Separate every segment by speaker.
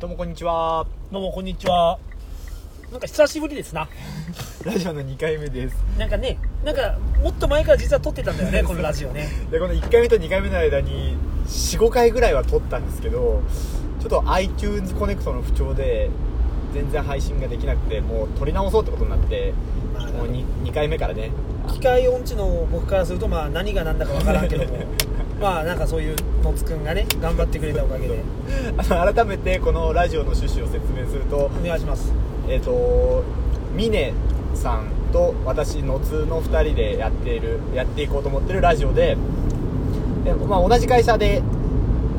Speaker 1: どうもこんにちは
Speaker 2: どうもこんにちはなんか久しぶりですな
Speaker 1: ラジオの2回目です
Speaker 2: なんかねなんかもっと前から実は撮ってたんだよ ねこのラジオね
Speaker 1: でこの1回目と2回目の間に45回ぐらいは撮ったんですけどちょっと iTunes コネクトの不調で全然配信ができなくてもう撮り直そうってことになって
Speaker 2: まあ
Speaker 1: もう 2, 2回目からね
Speaker 2: 機械音痴の僕からするとまあ何が何だかわからんけど もまあなんかそういうのつくんがね頑張ってくれたおかげで
Speaker 1: あの改めてこのラジオの趣旨を説明すると
Speaker 2: お願いします
Speaker 1: えっ、と峰さんと私のつの2人でやっているやっていこうと思ってるラジオでで、まあ、同じ会社で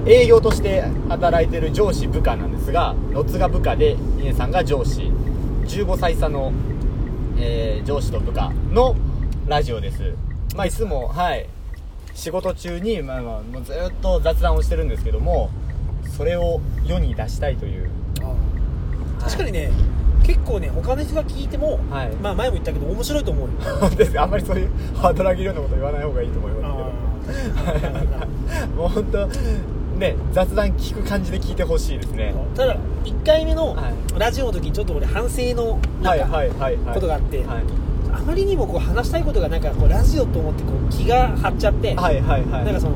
Speaker 1: 営業として働いてる上司部下なんですがのつが部下で峰さんが上司15歳差の、えー上司と部下のラジオですまあいつもはい仕事中に、まあまあ、もうずっと雑談をしてるんですけどもそれを世に出したいという
Speaker 2: 確かにね結構ね他の人が聞いても、
Speaker 1: はい
Speaker 2: まあ前も言ったけど面白いと思うよ
Speaker 1: です あんまりそういうハードル上げるようなこと言わない方がいいと思います
Speaker 2: あーなるほど
Speaker 1: けど もう本当ね雑談聞く感じで聞いてほしいですね
Speaker 2: ただ1回目の
Speaker 1: は
Speaker 2: ラジオの時にちょっと俺反省のな
Speaker 1: は
Speaker 2: ん
Speaker 1: い
Speaker 2: か
Speaker 1: はいはいはい
Speaker 2: ことがあって
Speaker 1: はい
Speaker 2: あまりにもこう話したいことがなんかこうラジオと思ってこう気が張っちゃって、
Speaker 1: はいはいはい
Speaker 2: なんかその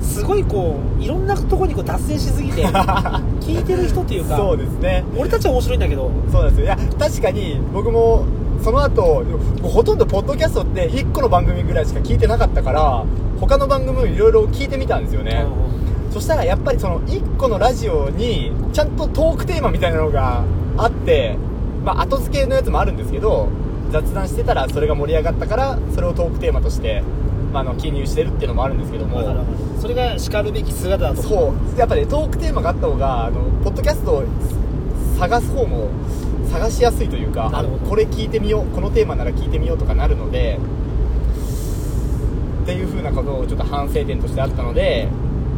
Speaker 2: すごいこういろんなとこにこう達成しすぎて聞いてる人っていうか
Speaker 1: そうですね
Speaker 2: 俺たちは面白いんだけど
Speaker 1: そうなんですよいや確かに僕もその後ほとんどポッドキャストって1個の番組ぐらいしか聞いてなかったから他の番組もいろいろ聞いてみたんですよね、そしたらやっぱりその1個のラジオにちゃんとトークテーマみたいなのがあって、まあ、後付けのやつもあるんですけど雑談してたらそれが盛り上がったからそれをトークテーマとして、まあ、あの記入してるっていうのもあるんですけど
Speaker 2: だから
Speaker 1: も
Speaker 2: それがしかるべき姿だと思う
Speaker 1: そうやっぱり、ね、トークテーマがあった方があのポッドキャストを探す方も探しやすいというか
Speaker 2: なるほど
Speaker 1: あこれ聞いてみようこのテーマなら聞いてみようとかなるのでっていう風なことをちょっと反省点としてあったので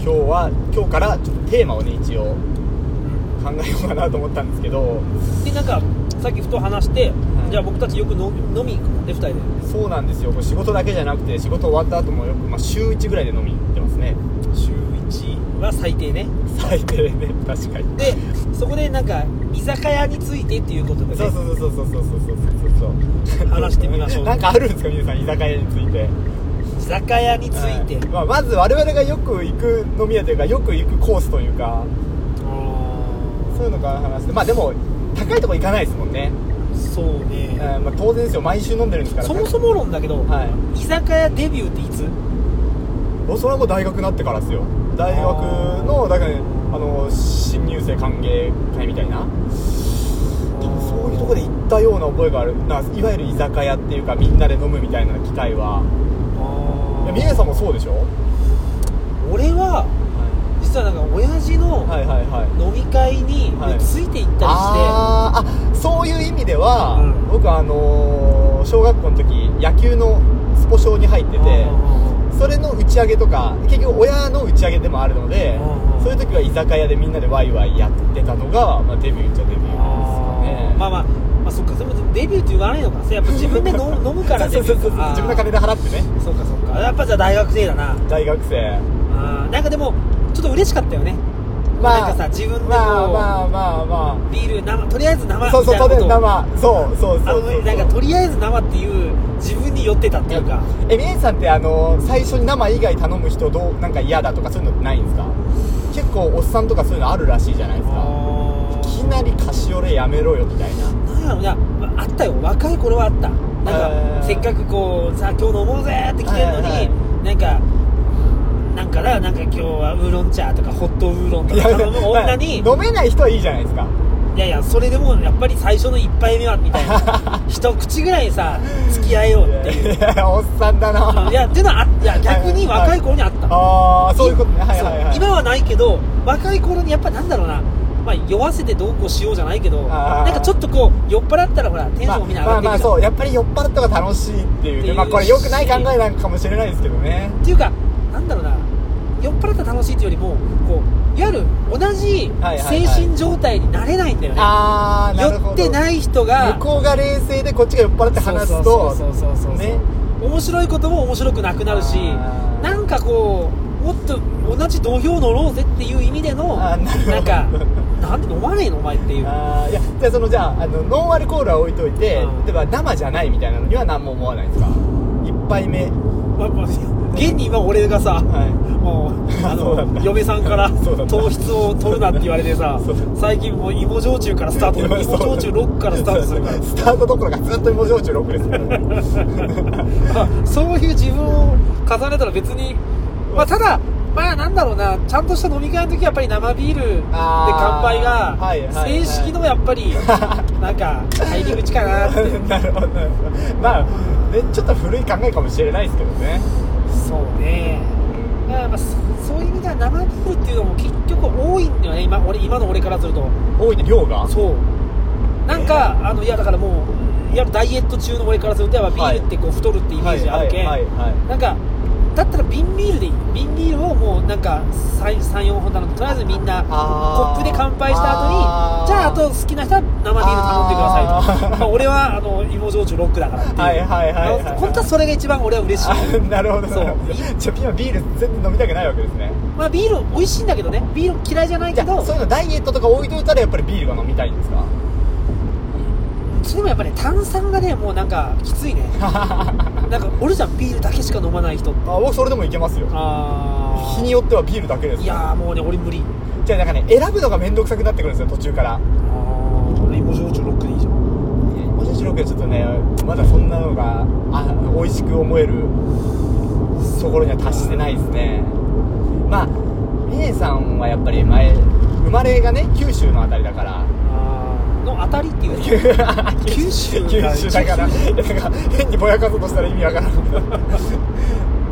Speaker 1: 今日は今日からちょっとテーマをね一応考えようかなと思ったんですけど
Speaker 2: でなんかさっきふと話して、
Speaker 1: い
Speaker 2: じゃあ僕たちよく飲み飲み行くもんね2人で
Speaker 1: そうなんですよこれ仕事だけじゃなくて仕事終わった後もよく、まあ、週1ぐらいで飲みに行ってますね
Speaker 2: 週1は最低ね
Speaker 1: 最低ね確かに
Speaker 2: でそこでなんか居酒屋についてっていうことでね
Speaker 1: そうそうそうそうそうそうそうそうそう
Speaker 2: 話してみましょう
Speaker 1: なんかあるんですか皆さん居酒屋について
Speaker 2: 居酒屋について、
Speaker 1: はいまあ、まず我々がよく行く飲み屋というかよく行くコースというかそういうのから話してまあでも高いとこ行かないですもんね、
Speaker 2: あーそうね、
Speaker 1: うんまあ、当然ですよ毎週飲んでるんですから
Speaker 2: そもそも論だけど、
Speaker 1: はい
Speaker 2: 居酒屋デビューっていつ
Speaker 1: おそれはもう大学になってからですよ大学のだから、ね、あの新入生歓迎会みたいな多分そういうとこで行ったような覚えがあるないわゆる居酒屋っていうかみんなで飲むみたいな機会はい
Speaker 2: あ
Speaker 1: や
Speaker 2: ー
Speaker 1: 峰さんもそうでしょ、
Speaker 2: 俺は実はなんか親父の
Speaker 1: はい、はいはいはい
Speaker 2: 飲み会に
Speaker 1: はい
Speaker 2: ついて行ったりして、
Speaker 1: あーあそういう意味では、
Speaker 2: うん
Speaker 1: 僕あのー小学校の時野球のスポ少に入っててそれの打ち上げとか結局親の打ち上げでもあるので
Speaker 2: うんうん
Speaker 1: そういう時は居酒屋でみんなでワイワイやってたのが、まあ、デビューっちゃデビューですかね
Speaker 2: まあまあまあそっかそれもデビューって言わないのかそれやっぱ自分 で飲飲むから
Speaker 1: そ
Speaker 2: デ
Speaker 1: う
Speaker 2: ビ
Speaker 1: そ
Speaker 2: ュ
Speaker 1: うそう
Speaker 2: ー
Speaker 1: そう
Speaker 2: か
Speaker 1: 自分の金
Speaker 2: で
Speaker 1: で払ってね
Speaker 2: そうかそうかやっぱじゃあ大学生だな
Speaker 1: 大学生
Speaker 2: あーなんかでもちょっと嬉しかったよね、
Speaker 1: まあ
Speaker 2: なんかさ自分でこう、
Speaker 1: まあまあまあま
Speaker 2: ビール生とりあえず生
Speaker 1: あそう
Speaker 2: みた
Speaker 1: そう
Speaker 2: いな
Speaker 1: そ
Speaker 2: こ
Speaker 1: う
Speaker 2: とを
Speaker 1: 生そうそう
Speaker 2: あ
Speaker 1: そうそう
Speaker 2: のなんかとりあえず生っていう自分に寄ってたっていうか
Speaker 1: えみえさんってあの最初に生以外頼む人どうなんか嫌だとかそういうのないんですか結構おっさんとかそういうのあるらしいじゃないですかいきなりカシオレやめろよみたいな
Speaker 2: なんやろいやまああったよ若い頃はあったなん
Speaker 1: えー
Speaker 2: かせっかくこうさあ今日飲もうぜって来てるのに、
Speaker 1: はいは
Speaker 2: なんかなんかななんか今日はウーロン茶とかホットウーロンとか
Speaker 1: いや
Speaker 2: 頼む女に
Speaker 1: 飲めない人はいいじゃないですか
Speaker 2: いやいやそれでもやっぱり最初の一杯目はみた いな一口ぐらいさ付き合えようっていう
Speaker 1: いやいやおっさんだない
Speaker 2: やっていうのはあっいや逆に
Speaker 1: はいはい
Speaker 2: 若い頃にあった、
Speaker 1: ああそういうことねはいはいはい
Speaker 2: そう今はないけど若い頃にやっぱなんだろうなまあ酔わせてどうこうしようじゃないけど
Speaker 1: あー
Speaker 2: なんかちょっとこう酔っ払ったらほらテンシ
Speaker 1: まあ
Speaker 2: ョンみんな上
Speaker 1: ま
Speaker 2: が
Speaker 1: あ
Speaker 2: って
Speaker 1: ま
Speaker 2: く
Speaker 1: あ
Speaker 2: るじゃん
Speaker 1: そうやっぱり酔っ払った方が楽しいっていう
Speaker 2: ってい
Speaker 1: ね
Speaker 2: う
Speaker 1: まあこれ良くない考えなのかもしれないですけどね
Speaker 2: っていうかなんだろうな酔っ払ったら楽しいっていうよりもこういわゆる同じ
Speaker 1: はいはいはい
Speaker 2: 精神状態になれないんだよね、
Speaker 1: ああなるほど
Speaker 2: 酔ってない人が
Speaker 1: 向こうが冷静でこっちが酔っ払って話すと
Speaker 2: そうそうそうそうそうそう
Speaker 1: ね
Speaker 2: 面白いことも面白くなくなるし
Speaker 1: あー
Speaker 2: なんかこうもっと同じ土俵乗ろうぜっていう意味での
Speaker 1: あーなるほど
Speaker 2: なんかなんで飲まねえのお前っていう
Speaker 1: あーいやじゃあそのじゃああのノンアルコールは置いといて、
Speaker 2: うん
Speaker 1: 例えば生じゃないみたいなのには何も思わないですか1杯目
Speaker 2: まあまあ現に今俺がさ、
Speaker 1: は
Speaker 2: もうあ
Speaker 1: そうだった
Speaker 2: の嫁さんから
Speaker 1: そうだった
Speaker 2: 糖質を取るなって言われてさ
Speaker 1: そうだ
Speaker 2: 最近もう芋焼酎からスタート芋焼酎6からスタートするか
Speaker 1: スタートどころかずっと芋焼酎6ですよ
Speaker 2: らまあそういう自分を重ねたら別に、まあ、ただまあなんだろうなちゃんとした飲み会の時はやっぱり生ビールで乾杯
Speaker 1: あーはいはい
Speaker 2: が
Speaker 1: はい
Speaker 2: 正式のやっぱりなんか入り口か なって
Speaker 1: なるほどなるほどまあねちょっと古い考えかもしれないですけどね
Speaker 2: そうねだからまあそそういう意味では生ビールっていうのも結局多いんだよね今俺今の俺からすると。
Speaker 1: 多いね量が
Speaker 2: そうなんか、あのいやだからもういやダイエット中の俺からするとやっぱビールってこう太るってイメージあるけん、
Speaker 1: はいはいはい
Speaker 2: なんかだったら瓶ビールでいい瓶ビールをもうなんか34本頼んでとりあえずみんなコ
Speaker 1: あー
Speaker 2: ップで乾杯した後
Speaker 1: あー
Speaker 2: にじゃああと好きな人は生ビール頼んでください
Speaker 1: あ
Speaker 2: と
Speaker 1: ー
Speaker 2: まあ俺はあの芋焼酎ロックだからっていう、
Speaker 1: はいはいはいはい
Speaker 2: あの本当はそれが一番俺は嬉しい
Speaker 1: あなるほど
Speaker 2: そう
Speaker 1: なるほどちょ今ビール全然飲みたくないわけですね
Speaker 2: まあビール美味しいんだけどねビール嫌いじゃない
Speaker 1: じ
Speaker 2: け
Speaker 1: ゃあ
Speaker 2: ど
Speaker 1: そういうのダイエットとか置いといたらやっぱりビールが飲みたいんです か
Speaker 2: それもやっぱね炭酸がねもうなんかきつ いね
Speaker 1: あ
Speaker 2: なんか俺じゃんビールだけしか飲まない人
Speaker 1: 僕それでもいけますよ
Speaker 2: あ
Speaker 1: 日によってはビールだけです
Speaker 2: いやーもうね俺無理
Speaker 1: じゃあなんかね選ぶのが面倒くさくなってくるんですよ途中から
Speaker 2: ああ芋焼酎ロックでいいじゃん
Speaker 1: もし白くちょっとねまだそんなのがあ美味しく思えるところには達してないですねまあミネさんはやっぱり前生まれがね九州のあたりだから
Speaker 2: あーの当たりっていうね
Speaker 1: 九
Speaker 2: 九州
Speaker 1: 九州だからなんか変にぼやかそうとしたら意味わからん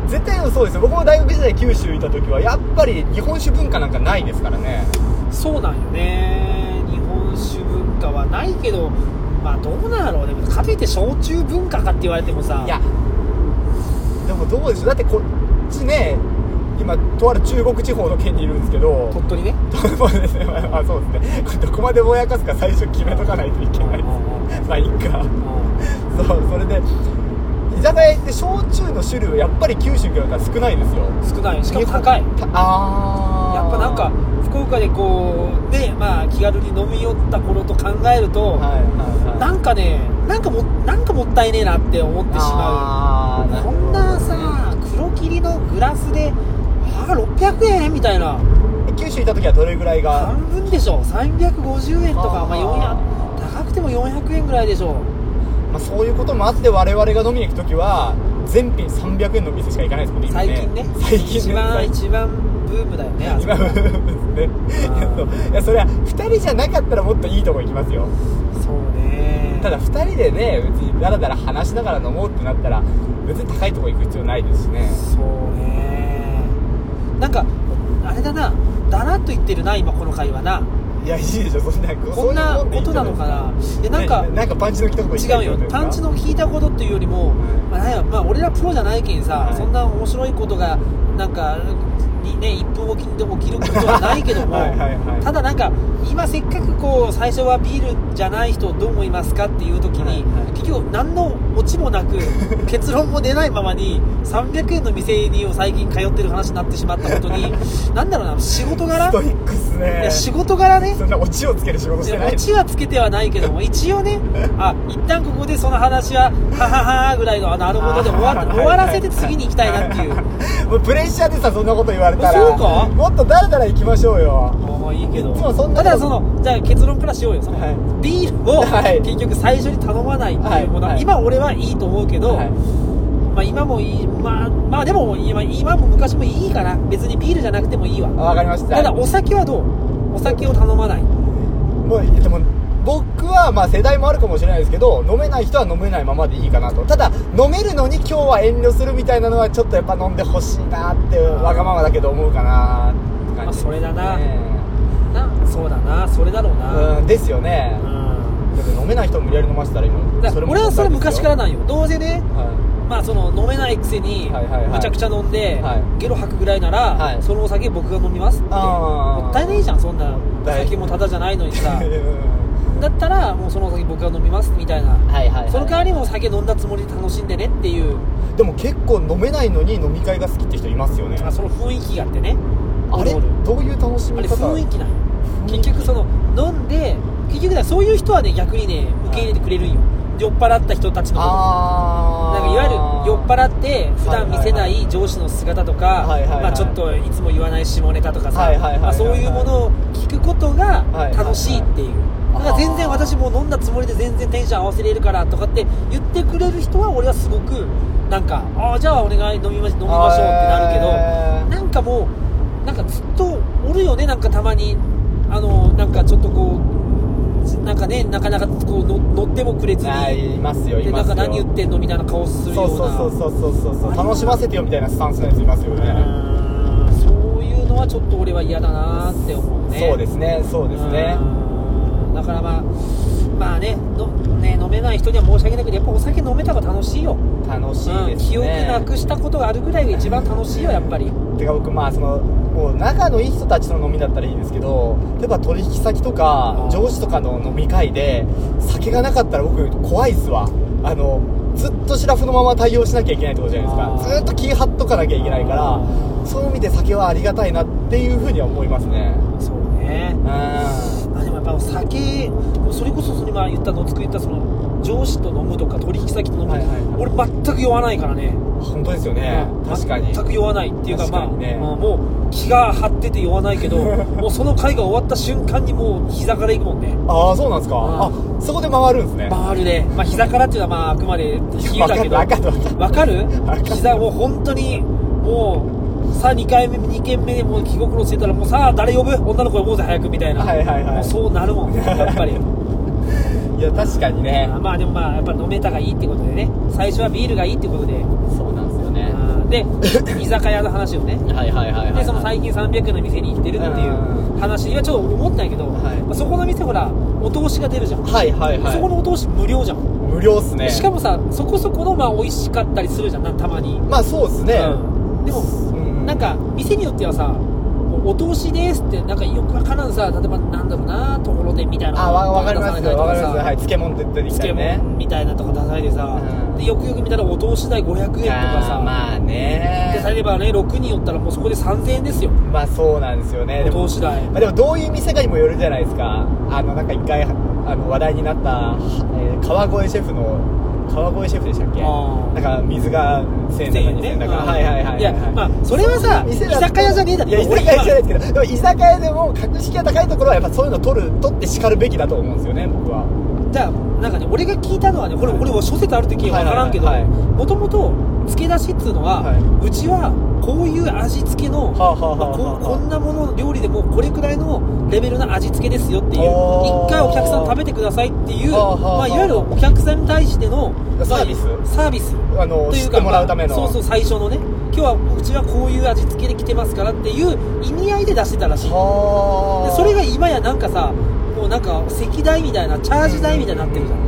Speaker 1: 絶対そうですよ僕も大学時代九州いた時はやっぱり日本酒文化なんかないですからね
Speaker 2: そうなんよね日本酒文化はないけどまあどうなんやろうねかといって焼酎文化かって言われてもさ
Speaker 1: いやでもどうでしょうだってこっちね今とある中国地方の県にいるんですけど
Speaker 2: 鳥取ね
Speaker 1: そうですね、まあ、あそうですねこれどこまでぼやかすか最初決めとかないといけないです
Speaker 2: あ
Speaker 1: まあいいかそ
Speaker 2: ー
Speaker 1: うそれで居酒屋って焼酎の種類はやっぱり九州から少ないですよ
Speaker 2: 少ないしかも高い
Speaker 1: たああ
Speaker 2: やっぱなんか福岡でこうねまあ気軽に飲み寄った頃と考える
Speaker 1: は
Speaker 2: と、
Speaker 1: いはいはい
Speaker 2: なんかねなんかもなんかもったいねえなって思ってしま
Speaker 1: あ
Speaker 2: う
Speaker 1: ーる
Speaker 2: こ
Speaker 1: ほど
Speaker 2: んなさ黒霧のグラスでああ600円みたいな
Speaker 1: 九州いた時はどれぐらいが
Speaker 2: 半分でしょ350円とかま
Speaker 1: あ
Speaker 2: あ、400高くても400円ぐらいでしょ
Speaker 1: まあ、そういうこともあって我々が飲みに行く時は全品300円の店しか行かないですもんね今
Speaker 2: 最近ね
Speaker 1: 最近ね
Speaker 2: 一番一番ブームだよねあそ
Speaker 1: 今
Speaker 2: こ
Speaker 1: ブームですね
Speaker 2: あ ー
Speaker 1: そういやそれは2人じゃなかったらもっといいとこ行きますよ
Speaker 2: そうね
Speaker 1: ただ2人でね別にダラダラ話しながら飲もうってなったら別に高いとこ行く必要ないですしね
Speaker 2: そうねなんかあれだなだらっと言ってるな今この会話ない
Speaker 1: やいいでしょそんな
Speaker 2: こんなことなのかなでなんか
Speaker 1: ねなんかパンチの来たとこ行きた
Speaker 2: 違
Speaker 1: いうってことで
Speaker 2: よ
Speaker 1: すか
Speaker 2: パンチの効いたことっていうよりも、
Speaker 1: ん
Speaker 2: まあなんやまあ、俺らプロじゃないけんさ、
Speaker 1: はい
Speaker 2: そんな面白いことがなんかにね1分おきにでも起きることはないけども
Speaker 1: はいはいはい
Speaker 2: ただなんか今せっかくこう最初はビールじゃない人どう思いますかっていう時に、
Speaker 1: はいはい
Speaker 2: 結局何のオチも なく結論も出ないままに300円の店にを最近通ってる話になってしまったこと になんだろうな仕事柄
Speaker 1: ストイックっす
Speaker 2: い
Speaker 1: ね
Speaker 2: や仕事柄ね
Speaker 1: そんなオチをつける仕事してない
Speaker 2: オ
Speaker 1: です
Speaker 2: チはつけてはないけども一応ねあ一旦ここでその話ははははぐらいのあのあのことで終わ
Speaker 1: あー
Speaker 2: 終わらせて次に行きたいなっていう
Speaker 1: もうプレッシャーでさそんなこと言われたら
Speaker 2: そうか
Speaker 1: もっとダラダラ行きましょうよ
Speaker 2: もういいけど
Speaker 1: いつもそんなこと
Speaker 2: ただそのじゃあ結論からしようよその、
Speaker 1: はい
Speaker 2: ビールを
Speaker 1: はい
Speaker 2: 結局最初に頼まないっていうものは、
Speaker 1: はい
Speaker 2: 今俺はいいと思うけど、
Speaker 1: はい
Speaker 2: まあ、今もいいまあまあでも今今も昔もいいかな別にビールじゃなくてもいいわ
Speaker 1: わかりました
Speaker 2: ただお酒はどうお酒を頼まない
Speaker 1: もうでも僕はまあ世代もあるかもしれないですけど飲めない人は飲めないままでいいかなとただ飲めるのに今日は遠慮するみたいなのはちょっとやっぱ飲んでほしいなってわがままだけど思うかなって感じですね
Speaker 2: まあそれだななそうだなそれだろうな、
Speaker 1: うんですよね
Speaker 2: うん
Speaker 1: だって飲めない人無理やり飲ませたら
Speaker 2: だ
Speaker 1: 今
Speaker 2: から
Speaker 1: も
Speaker 2: 俺はそれ昔から
Speaker 1: は
Speaker 2: なんよどうせね、まあ、その飲めないくせに
Speaker 1: はいはいはい
Speaker 2: むちゃくちゃ飲んで、
Speaker 1: はい
Speaker 2: ゲロ吐くぐらいなら、
Speaker 1: はい
Speaker 2: そのお酒僕が飲みますって
Speaker 1: あー
Speaker 2: もったいないじゃんそんなお
Speaker 1: たい
Speaker 2: 酒もタダじゃないのにさ
Speaker 1: いうん
Speaker 2: だったらもうそのお酒僕は飲みますみたいな、
Speaker 1: はいはい、はい、
Speaker 2: その代わりもう酒飲んだつもりで楽しんでねっていう
Speaker 1: でも結構飲めないのに飲み会が好きって人いますよね
Speaker 2: あその雰囲気があってね
Speaker 1: あれ
Speaker 2: 残る
Speaker 1: どういう楽し
Speaker 2: あ
Speaker 1: み
Speaker 2: れ
Speaker 1: 方
Speaker 2: 雰囲気なんよ
Speaker 1: 雰囲気
Speaker 2: 結局その飲んで結局だからそういう人はね逆にね受け入れてくれるんよ、酔っ払った人たちのこと
Speaker 1: あ
Speaker 2: なん
Speaker 1: あ
Speaker 2: かいわゆる酔っ払って普段見せない上司の姿とか、
Speaker 1: はいはいはい
Speaker 2: まあ、ちょっといつも言わない下ネタとかさ、
Speaker 1: はいはいはいはい
Speaker 2: まあ、そういうものを聞くことが
Speaker 1: はい
Speaker 2: 楽しいっていう、
Speaker 1: はい
Speaker 2: だから全然私もう飲んだつもりで全然テンション合わせれるからとかって言ってくれる人は俺はすごくなんかああじゃあお願い飲みまし飲みましょうってなるけど、なんかもうなんかずっとおるよねなんかたまにあのなんかちょっとこうなんかねなかなかこうの乗ってもくれずに。
Speaker 1: あーいますよい
Speaker 2: で
Speaker 1: ま
Speaker 2: なん
Speaker 1: すよ
Speaker 2: か何言ってんのみたいな顔するよ
Speaker 1: そうう
Speaker 2: な
Speaker 1: そうそうそうそうそう
Speaker 2: あれは
Speaker 1: 楽しませてよみたいなスタンスのやついますよ
Speaker 2: う
Speaker 1: ね
Speaker 2: ーんそういうのはちょっと俺は嫌だなって思うね
Speaker 1: そうですねそうですね
Speaker 2: うーんだからまあまあねのね飲めない人には申し訳ないけどやっぱお酒飲めた方が楽しいよ、
Speaker 1: 楽しい
Speaker 2: うん
Speaker 1: ですね
Speaker 2: 記憶なくしたことがあるぐらいが一番楽しいよやっぱり
Speaker 1: てか僕まあそのもう仲のいい人たちの飲みだったらいいんですけど例えば取引先とか
Speaker 2: あー
Speaker 1: 上司とかの飲み会で酒がなかったら僕怖いっすわあのずっとシラフのまま対応しなきゃいけないってことじゃないですか
Speaker 2: あー
Speaker 1: ずっと気張っとかなきゃいけないからそういう意味で酒はありがたいなっていうふうには思いますね
Speaker 2: そうね
Speaker 1: うんは
Speaker 2: あでもやっぱお酒それこそそれ今言ったのつく言ったその上司と飲むとか取引先と飲む、
Speaker 1: いはい
Speaker 2: 俺全く酔わないからね
Speaker 1: 本当ですよね確かに
Speaker 2: 全く酔わないっていうか
Speaker 1: 確かにね
Speaker 2: まあ、まあもう気が張ってて酔わないけ どもうその回が終わった瞬間にもう膝からいくもんね
Speaker 1: ああそうなんですかあ
Speaker 2: う
Speaker 1: そこで回るんですね
Speaker 2: バールで、まあ、膝からっていうのはまああくまで比喩だけど
Speaker 1: わかるわかるわかる
Speaker 2: わかる
Speaker 1: わかる
Speaker 2: 膝もう本当にもうさあ2回目2軒目でもう気心ついたらもうさあ誰呼ぶ女の子呼ぼうぜ早くみたいな、
Speaker 1: はいはいはい
Speaker 2: もうそうなるもん やっぱり
Speaker 1: いや確かにね
Speaker 2: まあでもまあやっぱ飲めたがいいってことでね最初はビールがいいってことで
Speaker 1: そうなんですよね
Speaker 2: あーで居酒屋の話をね
Speaker 1: はいはいはいはい
Speaker 2: でその最近300円の店に行ってるっていう話はちょっと思ったんやけど、
Speaker 1: はい
Speaker 2: まあそこの店ほらお通しが出るじゃん、
Speaker 1: はいはいはい
Speaker 2: そこのお通し無料じゃん、
Speaker 1: 無料っすね
Speaker 2: しかもさそこそこのまあ美味しかったりするじゃんなたまに、
Speaker 1: まあそうですね、
Speaker 2: うんでも
Speaker 1: うん
Speaker 2: なんか店によってはさもうお通しですってなんかよくわからんさ例えばなんだろうなところでみたいな
Speaker 1: あわわかります
Speaker 2: 出されたり
Speaker 1: よ
Speaker 2: と
Speaker 1: わかり
Speaker 2: さ
Speaker 1: ますはい漬物って言ってきた
Speaker 2: 漬
Speaker 1: りね
Speaker 2: 物みたいなとか出されてさ、
Speaker 1: うん
Speaker 2: でよくよく見たらお通し代500円とかさ
Speaker 1: あーまあね
Speaker 2: で例えばね6人おったらもうそこで3000円ですよ
Speaker 1: まあそうなんですよねでも
Speaker 2: お通し代
Speaker 1: まあ、でもどういう店かにもよるじゃないですかあのなんか一回あの話題になった、えー川越シェフの川越シェフでしたっけ
Speaker 2: あー
Speaker 1: なんか水が1000円だか2000円だか
Speaker 2: うん
Speaker 1: はいはいはいはい
Speaker 2: やまあそれはさ居
Speaker 1: 店だと
Speaker 2: 酒屋じゃねえだろ
Speaker 1: いや居酒屋じゃないですけどでも居酒屋でも格式が高いところはやっぱそういうの取る取って叱るべきだと思うんですよね僕は
Speaker 2: じゃあなんかね俺が聞いたのはねこれ俺は諸説ある時は分からんけど
Speaker 1: はいはいはい
Speaker 2: もともと漬け出しっつうのは、
Speaker 1: はいう
Speaker 2: ちはこういう味付けの、
Speaker 1: はあはあはあはあ
Speaker 2: ここんなもの料理でもこれくらいのレベルの味付けですよっていう
Speaker 1: おー
Speaker 2: 一回お客さん食べてくださいっていう、
Speaker 1: はあはあはあ
Speaker 2: まあ、いわゆるお客さんに対しての
Speaker 1: サービス
Speaker 2: まあサービス
Speaker 1: あの
Speaker 2: とい
Speaker 1: 知っ
Speaker 2: う
Speaker 1: て
Speaker 2: か
Speaker 1: もらうための
Speaker 2: まあそうそう最初のね今日はうちはこういう味付けで来てますからっていう意味合いで出してたらしい
Speaker 1: は
Speaker 2: で
Speaker 1: あ
Speaker 2: それが今やなんかさもうなんか石代みたいなチャージ代みたいになってるじゃん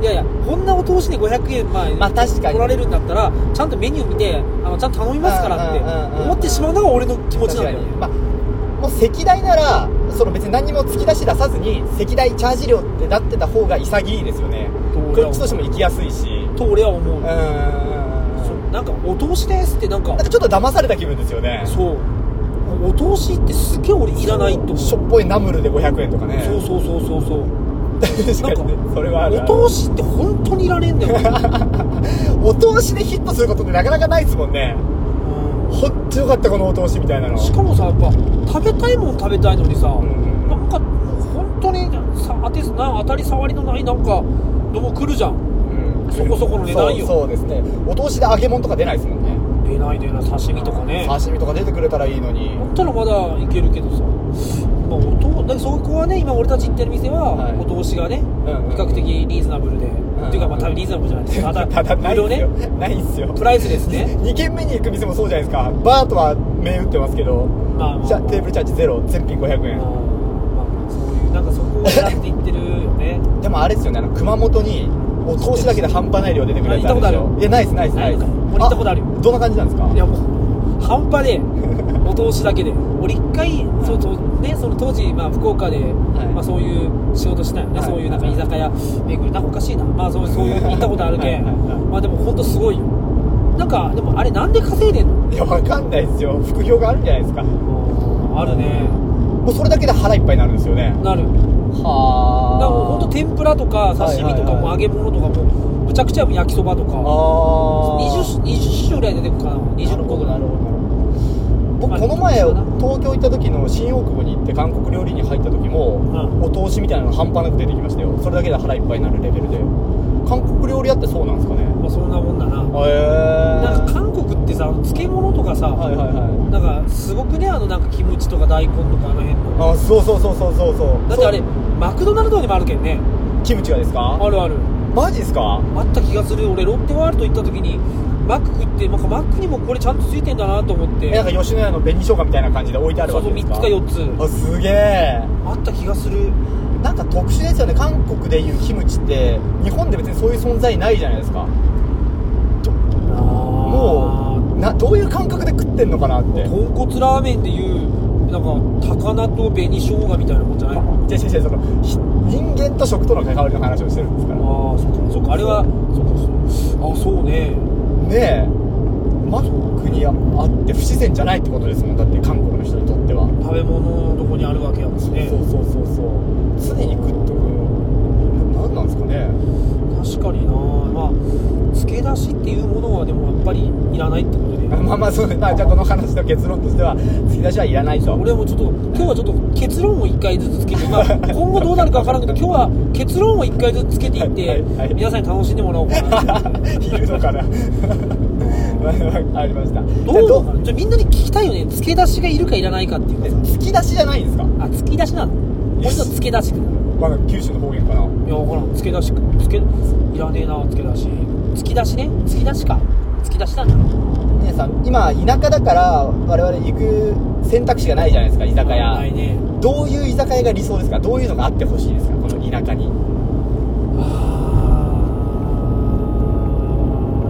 Speaker 2: いやいやこんなお通しで500円前
Speaker 1: まあ確かに
Speaker 2: 取られるんだったらちゃんとメニュー見てあのちゃんと頼みますからって
Speaker 1: うんうんうんうん
Speaker 2: 思ってしまうのが俺の気持ちなんだよ
Speaker 1: まあ、もう席代ならその別に何も突き出し出さずに席代チャージ料ってなってた方が潔いですよねこっちとしても行きやすいしうん
Speaker 2: と俺は思う、
Speaker 1: な
Speaker 2: そう
Speaker 1: ん
Speaker 2: なんかお通しですってなんか
Speaker 1: かちょっと騙された気分ですよね
Speaker 2: そうお通しってすげえ俺いらないと思う
Speaker 1: し
Speaker 2: そ
Speaker 1: ょっぽいナムルで500円とかね
Speaker 2: うそうそうそうそう
Speaker 1: 確かに
Speaker 2: なん
Speaker 1: ねそれはある
Speaker 2: お通しって本当にいられんだよ、
Speaker 1: お通しでヒットすることってなかなかないですもんね
Speaker 2: うん
Speaker 1: ほんとよかったこのお通しみたいなの
Speaker 2: しかもさやっぱ食べたいもん食べたいのにさ、
Speaker 1: ん
Speaker 2: なんか本当にさ当てな当たり障りのないなんかのも来るじゃん
Speaker 1: うん
Speaker 2: そこそこの値段よ
Speaker 1: そうそうですねお通しで揚げ物とか出ないですもんね
Speaker 2: 出ない出ない刺身とかね
Speaker 1: 刺身とか出てくれたらいいのに
Speaker 2: だったらまだいけるけどさ、まあ、おとだからそこはね今俺たち行ってる店は、
Speaker 1: はい
Speaker 2: お通しがね比
Speaker 1: んうん
Speaker 2: 較的リーズナブルで、
Speaker 1: ん
Speaker 2: っていうかまあ多分リーズナブルじゃないですか
Speaker 1: ただない
Speaker 2: 無料
Speaker 1: ですよ、
Speaker 2: ね
Speaker 1: ないですよ
Speaker 2: プライスですね
Speaker 1: 2軒目に行く店もそうじゃないですかバーとは銘打ってますけど
Speaker 2: まあまあ
Speaker 1: じゃテーブルチャージゼロ全品500
Speaker 2: まあ
Speaker 1: 円
Speaker 2: まあそういうなんかそこを狙って行ってるよね
Speaker 1: でもあれですよねあの熊本にお通しだけで半端ない量出てくるやつるでし
Speaker 2: あ行ったことあ
Speaker 1: ょいやないですないですないです
Speaker 2: ないのか俺行ったことあるよ
Speaker 1: どんな感じなんですか
Speaker 2: いやもう半端でおの投資だけで俺一回そうと、ね、その当時、まあ、福岡で、
Speaker 1: い
Speaker 2: まあ、そういう仕事したよね、
Speaker 1: はい
Speaker 2: そういうなんか居酒屋巡りなんかおかしいな、ま あ、そうそういう行ったことあるけん
Speaker 1: はいはいはい
Speaker 2: まあでも本当すごいよなんかでもあれなんで稼いでんの
Speaker 1: いやわかんないですよ副業があるんじゃないですかも
Speaker 2: あるね
Speaker 1: うそれだけで腹いっぱいになるんですよね
Speaker 2: なる
Speaker 1: は
Speaker 2: だからもう本当天ぷらとか刺身と
Speaker 1: はいは
Speaker 2: か
Speaker 1: い
Speaker 2: も
Speaker 1: は
Speaker 2: 揚
Speaker 1: い
Speaker 2: げ物とかもむちゃくちゃ焼きそばとか
Speaker 1: あー
Speaker 2: 20, 20種ぐらい出てくるかな20個ぐらい
Speaker 1: なるほどなるほど
Speaker 2: まあ
Speaker 1: 僕この前
Speaker 2: 日本酒だ
Speaker 1: 東京行った時の新大久保に行って韓国料理に入った時も、お通しみたいなの半端なく出てきましたよそれだけで腹いっぱいになるレベルで韓国料理屋ってそうなんですかね
Speaker 2: まあ、そんなもんだな
Speaker 1: へえ
Speaker 2: なんか韓国ってさ漬物とかさ、
Speaker 1: はいはいはい
Speaker 2: なんかすごくねあのなんかキムチとか大根とかあの辺の
Speaker 1: あそうそうそうそうそうそう
Speaker 2: だってあれ
Speaker 1: そう
Speaker 2: マクドナルドにもあるけんね
Speaker 1: キムチがですか
Speaker 2: あるある
Speaker 1: マジですか
Speaker 2: あった気がする俺ロッテワールド行った時にマック食ってなんかマックにもこれちゃんとついてんだなと思って
Speaker 1: えなんか吉野家の紅生姜みたいな感じで置いてある
Speaker 2: そ
Speaker 1: わ
Speaker 2: うそ
Speaker 1: け
Speaker 2: う
Speaker 1: です
Speaker 2: 3つ
Speaker 1: か
Speaker 2: か4つ
Speaker 1: あすげえ
Speaker 2: あった気がする
Speaker 1: なんか特殊ですよね韓国でいうキムチって日本で別にそういう存在ないじゃないですかも
Speaker 2: も
Speaker 1: うなどういう感覚で食ってんのかなって
Speaker 2: 豚骨ラーメンでいうなんか高菜と紅生姜みたいなもんじゃないの
Speaker 1: 違う違う違うそのひ人間と食との関わりの話をしてるんですから
Speaker 2: ああそっかそっかあれはそっかそうあそうね
Speaker 1: ねえマックにあって不自然じゃないってことですもんだって韓国の人にとっては
Speaker 2: 食べ物のとこにあるわけやもん
Speaker 1: そう
Speaker 2: ね
Speaker 1: そうそうそうそう常に食っとく何なんですかね
Speaker 2: 確かになまあ漬け出しっていうものはでもやっぱりいらないってことで
Speaker 1: まあまあそうですまあじゃあこの話の結論としては突き出しはいらないと
Speaker 2: 俺もちょっと今日はちょっと結論を1回ずつつけて、まあ、今後どうなるか分からんけど今日は結論を1回ずつつけていって、
Speaker 1: はいはいはい
Speaker 2: 皆さんに楽しんでもらおうか な
Speaker 1: いるの かな ありました
Speaker 2: どう
Speaker 1: じゃ
Speaker 2: なのかなじゃあみんなに聞きたいよね漬け出しがいるかいらないかっていう
Speaker 1: あ
Speaker 2: か
Speaker 1: え
Speaker 2: さ
Speaker 1: 突き出しじゃないんですか
Speaker 2: あ突き出しなのもう一度漬け出しってなんだ
Speaker 1: まだ九州の方言かない
Speaker 2: や分からん漬け出し漬けいらねえな漬け出し突き出しね突き出しか突き出しなんだ
Speaker 1: 姉さん今田舎だから我々行く選択肢がないじゃないですか居酒屋、
Speaker 2: ないね
Speaker 1: どういう居酒屋が理想ですかどういうのがあってほしいですかこの田舎に
Speaker 2: あ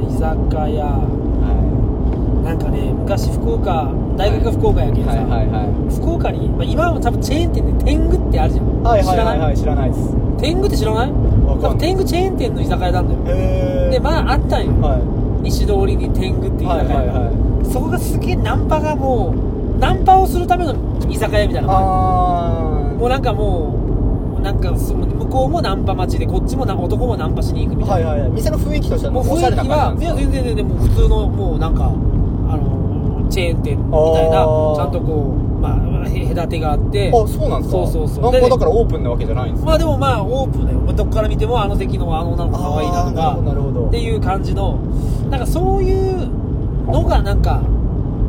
Speaker 2: ー居酒屋
Speaker 1: は
Speaker 2: なんかね昔福岡大学が福岡やけ
Speaker 1: い
Speaker 2: んさ、
Speaker 1: はいはいはい
Speaker 2: 福岡に、まあ、今は多分チェーン店で天狗ってあるじゃん、
Speaker 1: はいはいはい
Speaker 2: 知らな
Speaker 1: はいい知らないです
Speaker 2: 天狗って知らない
Speaker 1: わ
Speaker 2: 多
Speaker 1: かんない
Speaker 2: 分天狗チェーン店の居酒屋なんだよ
Speaker 1: へ
Speaker 2: でまああったんよ
Speaker 1: はい
Speaker 2: 西通りに天狗っていう居酒屋、
Speaker 1: はいはいはい
Speaker 2: そこがすげえナンパがもうナンパをするための居酒屋みたいな
Speaker 1: あ
Speaker 2: もうなんかもうなんかその向こうもナンパ待ちでこっちもな男もナンパしに行くみ
Speaker 1: ー
Speaker 2: たいな、
Speaker 1: はいはいはい店の雰囲気としては
Speaker 2: もう
Speaker 1: おしゃ
Speaker 2: 雰
Speaker 1: れ
Speaker 2: 囲
Speaker 1: な
Speaker 2: 気
Speaker 1: 感
Speaker 2: は
Speaker 1: じな
Speaker 2: いや
Speaker 1: んです
Speaker 2: 全然全然もう普通のもうなんかあのチェーン店みたいな
Speaker 1: あー
Speaker 2: ちゃんとこうまあへ隔てがあって
Speaker 1: かあそうなんですか
Speaker 2: そうそうそう
Speaker 1: なん
Speaker 2: で
Speaker 1: かだからオープンなわけじゃないんです
Speaker 2: まあでもまあオープンだよどっから見てもあの席のあの女の子可愛いなと
Speaker 1: あーなるほどな
Speaker 2: か
Speaker 1: るほど
Speaker 2: っていう感じのなんかそういうのがなんか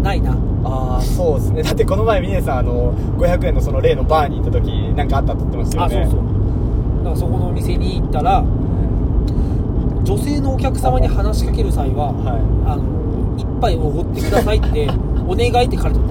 Speaker 2: ないな
Speaker 1: ああそうですねだってこの前峰さんあの500円のその例のバーに行った時なんかあったって言ってましたよ
Speaker 2: あ
Speaker 1: ね
Speaker 2: そうそうだからそこのお店に行ったら女性のお客様に話しかける際は
Speaker 1: は
Speaker 2: あの一杯おごってくださいってお願いって書かれとっ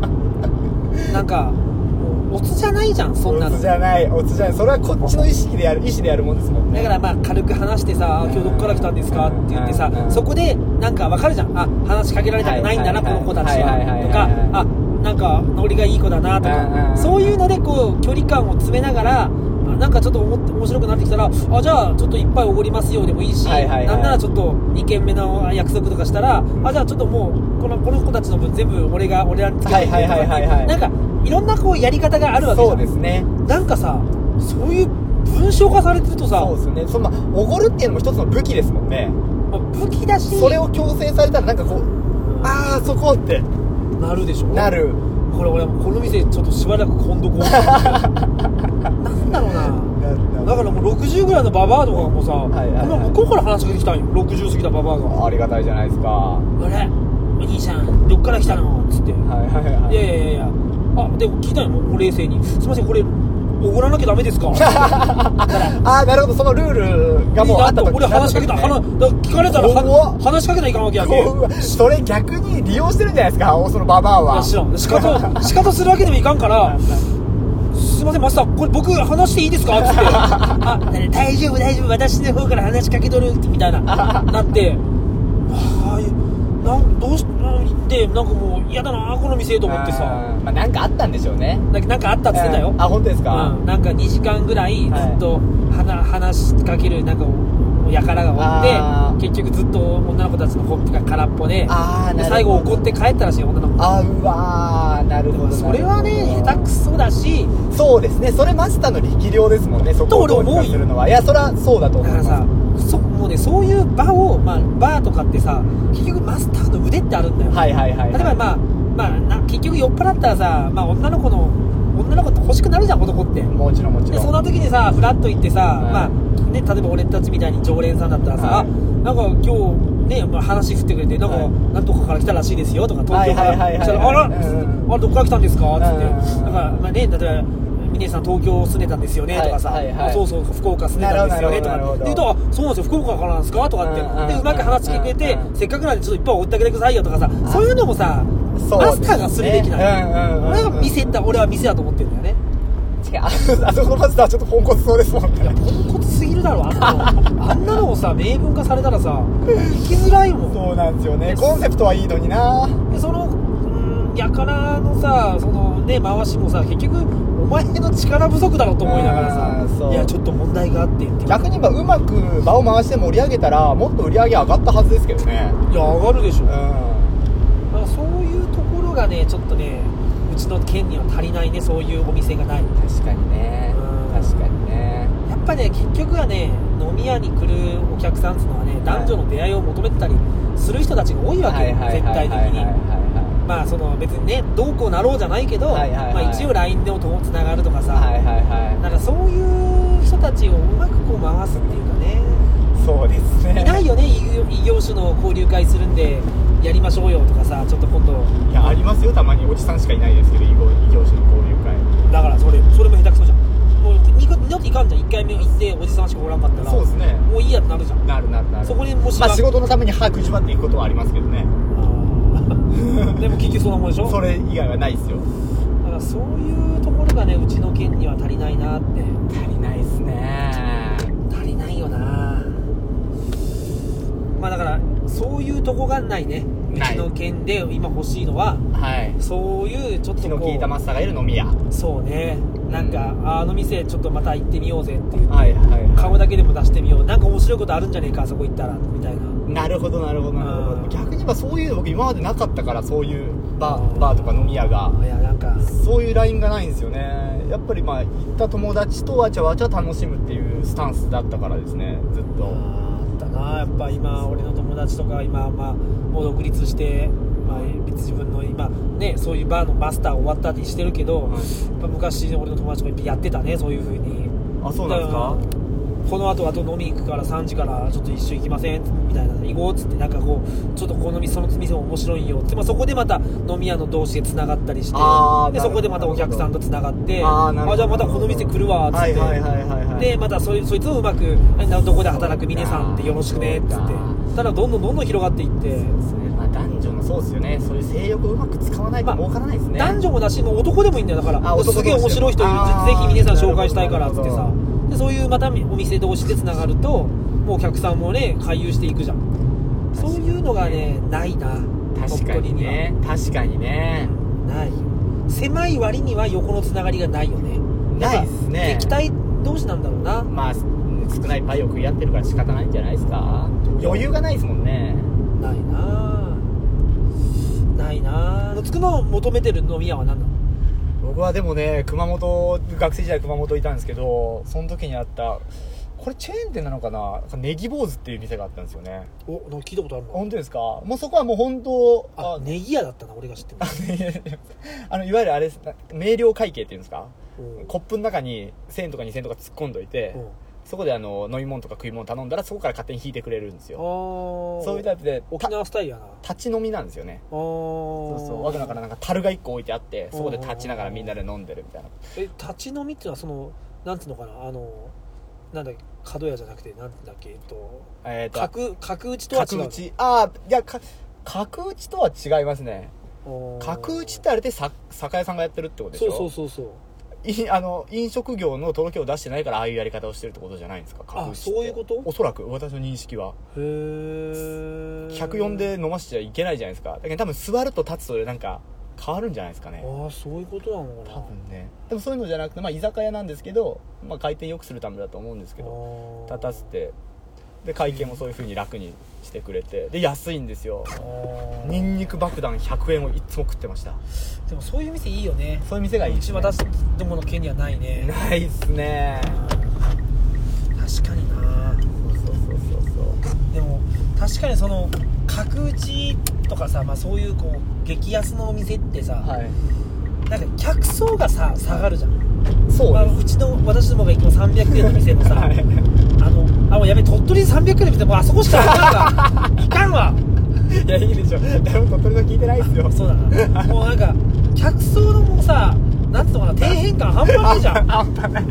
Speaker 2: たのなんかもうおつじゃないじゃんそんない
Speaker 1: お
Speaker 2: の
Speaker 1: つじゃないおつじゃないそれはこっちの意識でやる意思でやるもんですもんね
Speaker 2: だからまあ軽く話してさ「今日どっから来たんですか?」って言ってさ
Speaker 1: うんうん
Speaker 2: そこでなんか分かるじゃんあ話しかけられたくないんだな
Speaker 1: は
Speaker 2: こ
Speaker 1: いはいは
Speaker 2: の
Speaker 1: い
Speaker 2: 子たち
Speaker 1: はいはいはい
Speaker 2: は
Speaker 1: はい
Speaker 2: とかあなんかノリがいい子だなと
Speaker 1: うんう
Speaker 2: か
Speaker 1: ん
Speaker 2: そういうのでこう距離感を詰めながらあなんかちょっとおも面白くなってきたらあじゃあちょっと一杯おごりますよでもいいし
Speaker 1: はいはいはい
Speaker 2: なんならちょっと2軒目の約束とかしたらあじゃあちょっともうこのこの子たちの分全部俺が俺らにつけて
Speaker 1: はいはいはいはいはい
Speaker 2: なんかいろんなこうやり方があるわけじゃ
Speaker 1: そうんですね
Speaker 2: なんかさそういう文章化されてるとさ
Speaker 1: そうですねそのまあおごるっていうのも一つの武器ですもんね
Speaker 2: まあ武器だし
Speaker 1: それを強制されたらなんかこうああそこって
Speaker 2: なるでしょ
Speaker 1: なる
Speaker 2: これ俺もうこの店ちょっとしばらく今 度こうなんだろうな
Speaker 1: なる
Speaker 2: だからもう60ぐらいのババアとかがもうさ、
Speaker 1: いはいはい
Speaker 2: この向こうから話しかけてきたんよ60過ぎたババアが
Speaker 1: ありがたいじゃないですかは
Speaker 2: 「あれお兄さんどっから来たの?」っつって「い
Speaker 1: いはいはいはい
Speaker 2: やいやいやいやあでも聞いたんよもうもう冷静にすいませんこれおごらなきゃダメですか? 」
Speaker 1: ああなるほどそのルールがもうあった時
Speaker 2: 俺話しかけた、
Speaker 1: なる
Speaker 2: 話だ
Speaker 1: ほどね
Speaker 2: から聞かれたら
Speaker 1: 怖
Speaker 2: は
Speaker 1: っ
Speaker 2: 話しかけないかんわけやけ ん
Speaker 1: こうそれ逆に利用してるんじゃないですかそのババア
Speaker 2: いや
Speaker 1: は
Speaker 2: 知らん 仕方仕方するわけにもいかんから「すいませんマスターこれ僕話していいで すか?」っつって「あ大丈夫大丈夫私の方から話しかけとる」みたいななってああいうなんどうしなん行ってなんかもう嫌だなこの店と思ってさ
Speaker 1: うんまあなんかあったんでしょうね
Speaker 2: なんかなんかあったっつってたよ
Speaker 1: うんあ本当ですか、
Speaker 2: うん、なんか2時間ぐらいずっと話,、話しかけるなんかおやからが
Speaker 1: あ
Speaker 2: おっ
Speaker 1: ー
Speaker 2: て結局ずっと女の子たちのコンピが空っぽで
Speaker 1: ああなるほど
Speaker 2: 最後怒って帰ったらしい女の子
Speaker 1: あうわーなるほど
Speaker 2: それはね下手くそだし
Speaker 1: 手そうですねそれマスターの力量ですもんねそこをどうにかするのはいやそりゃそうだと思
Speaker 2: だ
Speaker 1: い
Speaker 2: か
Speaker 1: ま
Speaker 2: ら
Speaker 1: す
Speaker 2: さそもうねそういう場を、まあ、バーとかってさ結局マスターの腕ってあるんだよ、
Speaker 1: はいはいはい
Speaker 2: 例えばまあ、まあ、な結局酔っ払ったらさ、まあ、女の子の女の子って欲しくなるじゃん男って
Speaker 1: もちろんもち
Speaker 2: で
Speaker 1: ろん
Speaker 2: そんな時にさフラッと行ってさ、
Speaker 1: はい
Speaker 2: まあね、例えば俺たちみたいに常連さんだったらさ、
Speaker 1: はい
Speaker 2: あなんか今日ね、まあ、話振ってくれてなんか、
Speaker 1: はい
Speaker 2: なんとかから来たらしいですよとか東京か
Speaker 1: はいはいはいは
Speaker 2: ら
Speaker 1: い
Speaker 2: 来たら「あら、
Speaker 1: うん
Speaker 2: あれどこから来たんですか?」っつって、
Speaker 1: うん
Speaker 2: なんか、まあね、例えば「峰さん東京住んでたんですよね」とかさ、
Speaker 1: はいはいはい
Speaker 2: あそうそう福岡住んでたんですよね」と
Speaker 1: なる
Speaker 2: か
Speaker 1: ほ
Speaker 2: って
Speaker 1: どな
Speaker 2: 言
Speaker 1: るほど
Speaker 2: うとあ「そうなんですよ福岡からなんですか?」とかって、
Speaker 1: うん
Speaker 2: でうまく話してくれて、
Speaker 1: うん
Speaker 2: せっかくなんでちょっといっぱい追ってあげてくださいよとかさ、そういうのもさ
Speaker 1: そう
Speaker 2: マ
Speaker 1: です
Speaker 2: ス
Speaker 1: ね
Speaker 2: ターがするべきなの、
Speaker 1: うんうんうんうん
Speaker 2: 俺は店だ俺は店だと思ってるんだよね
Speaker 1: 違うあ あそこのマスターちょっとポンコツそうですもんね
Speaker 2: ポンコツすぎるだろあんなのあんなのをさ明文化されたらさ生きづらいもん
Speaker 1: そうなんですよねコンセプトはいいのにな
Speaker 2: でそのうんやからのさそのね回しもさ結局お前の力不足だろと思いながら
Speaker 1: あーそ
Speaker 2: さ
Speaker 1: う
Speaker 2: いやちょっと問題があってっていや
Speaker 1: 逆に言えばうまく場を回して盛り上げたらもっと売り上げ上がったはずですけどね
Speaker 2: 上がるでしょ、
Speaker 1: うん
Speaker 2: だからそういうところがねちょっとねうちの県には足りないねそういうお店がない
Speaker 1: 確かにね
Speaker 2: うん
Speaker 1: 確かにね
Speaker 2: やっぱね結局はね飲み屋に来るお客さんっていうのはね男女の出会いを求めてたりする人たちが多いわけよ絶対的にまあその別にねどうこうなろうじゃないけど、
Speaker 1: はいはいはい
Speaker 2: まあ、一応 LINE でも友つながるとかさ、
Speaker 1: はいはいはい
Speaker 2: なんかそういう人たちをうまくこう回すっていうかね
Speaker 1: そうですね
Speaker 2: いないよね異業異業種の交流会するんでやりましょうよとかさちょっと今度
Speaker 1: いやありますよたまにおじさんしかいないですけど異業異業種の交流会
Speaker 2: だからそれそれも下手くそじゃんもう二個二度といかんじゃん1回目行っておじさんしかおらんかったら
Speaker 1: そうですね
Speaker 2: もういいやってなるじゃん
Speaker 1: なるなるなる
Speaker 2: そこにもし
Speaker 1: まあ仕事のために歯くじばっていくことはありますけどね
Speaker 2: あーでも結局そんなもんでしょ
Speaker 1: それ以外はないですよ
Speaker 2: だからそういうところがねうちの県には足りないなって
Speaker 1: 足りないですね
Speaker 2: 足りないよなまあだからそういうとこがないねう
Speaker 1: ない
Speaker 2: ちの県で今欲しいのは
Speaker 1: はい
Speaker 2: そういうちょっ
Speaker 1: 気
Speaker 2: と
Speaker 1: の
Speaker 2: こ
Speaker 1: 利いたマ
Speaker 2: う
Speaker 1: スターがいる飲み屋
Speaker 2: そうねなんか、ああの店ちょっとまた行ってみようぜっていう
Speaker 1: はいはい
Speaker 2: 顔だけでも出してみようなんか面白いことあるんじゃねえかあそこ行ったらみたいな
Speaker 1: なるほどなるほどなるほど
Speaker 2: うん
Speaker 1: 逆に言えばそういうの僕今までなかったからそういうバ
Speaker 2: うん
Speaker 1: ーバーとか飲み屋が
Speaker 2: いやなんか
Speaker 1: そういうラインがないんですよねやっぱりまあ行った友達とわちゃわちゃ楽しむっていうスタンスだったからですねずっと
Speaker 2: あったなやっぱ今俺の友達とか今まあもう独立して、まあ、別自分の今ねそういうバーのマスター終わったりしてるけど、
Speaker 1: はい
Speaker 2: やっぱ昔俺の友達とかやってたねそういうふうに
Speaker 1: あそうなんですか
Speaker 2: だらこの後あと飲みに行くから3時からちょっと一緒行きませんみたいな行こうっつってなんかこうちょっとこの店その店も面白いよって、まあ、そこでまた飲み屋の同士でつながったりして
Speaker 1: あー
Speaker 2: で
Speaker 1: な
Speaker 2: そ
Speaker 1: るほど
Speaker 2: こでまたお客さんとつながって
Speaker 1: あーなるほど
Speaker 2: じゃあまたこの店来るわっつっ
Speaker 1: は
Speaker 2: て、
Speaker 1: いはいはいはいはい
Speaker 2: でまたそいそいつをうまく「あどこで働く峰さんってよろしくね」っつ
Speaker 1: そ
Speaker 2: っ
Speaker 1: う
Speaker 2: て
Speaker 1: か
Speaker 2: たらどんどんどんどん広がっていって、
Speaker 1: まあ男女のそうですよねそういう性欲をうまく使わないと儲からないですね、
Speaker 2: 男女もだしもう男でもいいんだよだから
Speaker 1: あ男
Speaker 2: す
Speaker 1: 同士
Speaker 2: げえ
Speaker 1: で
Speaker 2: 面白い人いる
Speaker 1: あー
Speaker 2: ぜひ皆さん紹介したいからっつって
Speaker 1: な
Speaker 2: さ
Speaker 1: るほ
Speaker 2: でそういうまたお店同士でつながるともうお客さんもね回遊していくじゃんそういうのがねないな
Speaker 1: 確かにね確かにね
Speaker 2: 鳥取にはない狭い割には横のつながりがないよね
Speaker 1: ないっすね
Speaker 2: 敵対同士なんだろうな
Speaker 1: まあ少ないパイを食い合ってるから仕方ないんじゃないですか余裕がないですもんね
Speaker 2: ないなないなつくの求めてる飲み屋は何なの
Speaker 1: 僕はでもね熊本学生時代熊本いたんですけどその時にあったこれチェーン店なのかなネギ坊主っていう店があったんですよね
Speaker 2: おなんか聞いたことあるの
Speaker 1: 本当ですかもうそこはもう本当
Speaker 2: あ
Speaker 1: あ、
Speaker 2: ネギ屋だったな俺が知ってる
Speaker 1: いやいや あのいわゆるあれですな明瞭会計っていうんですか
Speaker 2: うん
Speaker 1: コップの中に1000とか2000とか突っ込んどいて
Speaker 2: うん
Speaker 1: そこであの飲み物とか食い物頼んだらそこから勝手に引いてくれるんですよ
Speaker 2: ああ
Speaker 1: そういうタイプで
Speaker 2: 沖縄スタイルやなあ
Speaker 1: た立ち飲みなんですよねそ
Speaker 2: そう
Speaker 1: そうわけだからんなんか樽が1個置いてあってそこで立ちながらみんなで飲んでるみたいな
Speaker 2: え立ち飲みっていうのはそのなんていうのかなあのなんだっけ角屋じゃなくてなんだっけえっと
Speaker 1: えっ、と
Speaker 2: 角角打ちとは違う
Speaker 1: 角打ちああいやか角打ちとは違いますね角打ちってあれでさ酒屋さんがやってるってことでしょ
Speaker 2: そうそうそうそう
Speaker 1: いあの飲食業の届けを出してないからああいうやり方をしてるってことじゃないんですか
Speaker 2: あそういうこと
Speaker 1: おそらく私の認識は
Speaker 2: へえ
Speaker 1: 104で飲ましちゃいけないじゃないですかだけど多分座ると立つとでなんか変わるんじゃないですかね
Speaker 2: ああそういうことなのかな
Speaker 1: 多分ねでもそういうのじゃなくて、まあ、居酒屋なんですけど、まあ、回転良くするためだと思うんですけど
Speaker 2: あー
Speaker 1: 立たせてで会計もそういう風に楽にしてくれてで安いんですよ
Speaker 2: あー
Speaker 1: ニンニク爆弾100円をいつも食ってました
Speaker 2: でもそういう店いいよね
Speaker 1: そういう店がいい、
Speaker 2: うちは出すどもの権利はないね
Speaker 1: ないっすねそうそうそうそ
Speaker 2: 確かにな
Speaker 1: うそう
Speaker 2: でも確かにその角打ちとかさ、まあ、そういうこう激安のお店ってさ、
Speaker 1: はい
Speaker 2: なんか客層がさ下がるじゃん、ま
Speaker 1: そ
Speaker 2: あ、
Speaker 1: うです
Speaker 2: うちの私どもがいつも300円の店のさ、
Speaker 1: はい
Speaker 2: あのあもうやべえ鳥取で300円の店もうあそこしかあか んわいかんわ
Speaker 1: いやいいでしょ誰も鳥取の聞いてないっすよ
Speaker 2: そうだなもうなんか客層のもうさなんていうのかな底辺感半端ないじ ゃん
Speaker 1: あんたない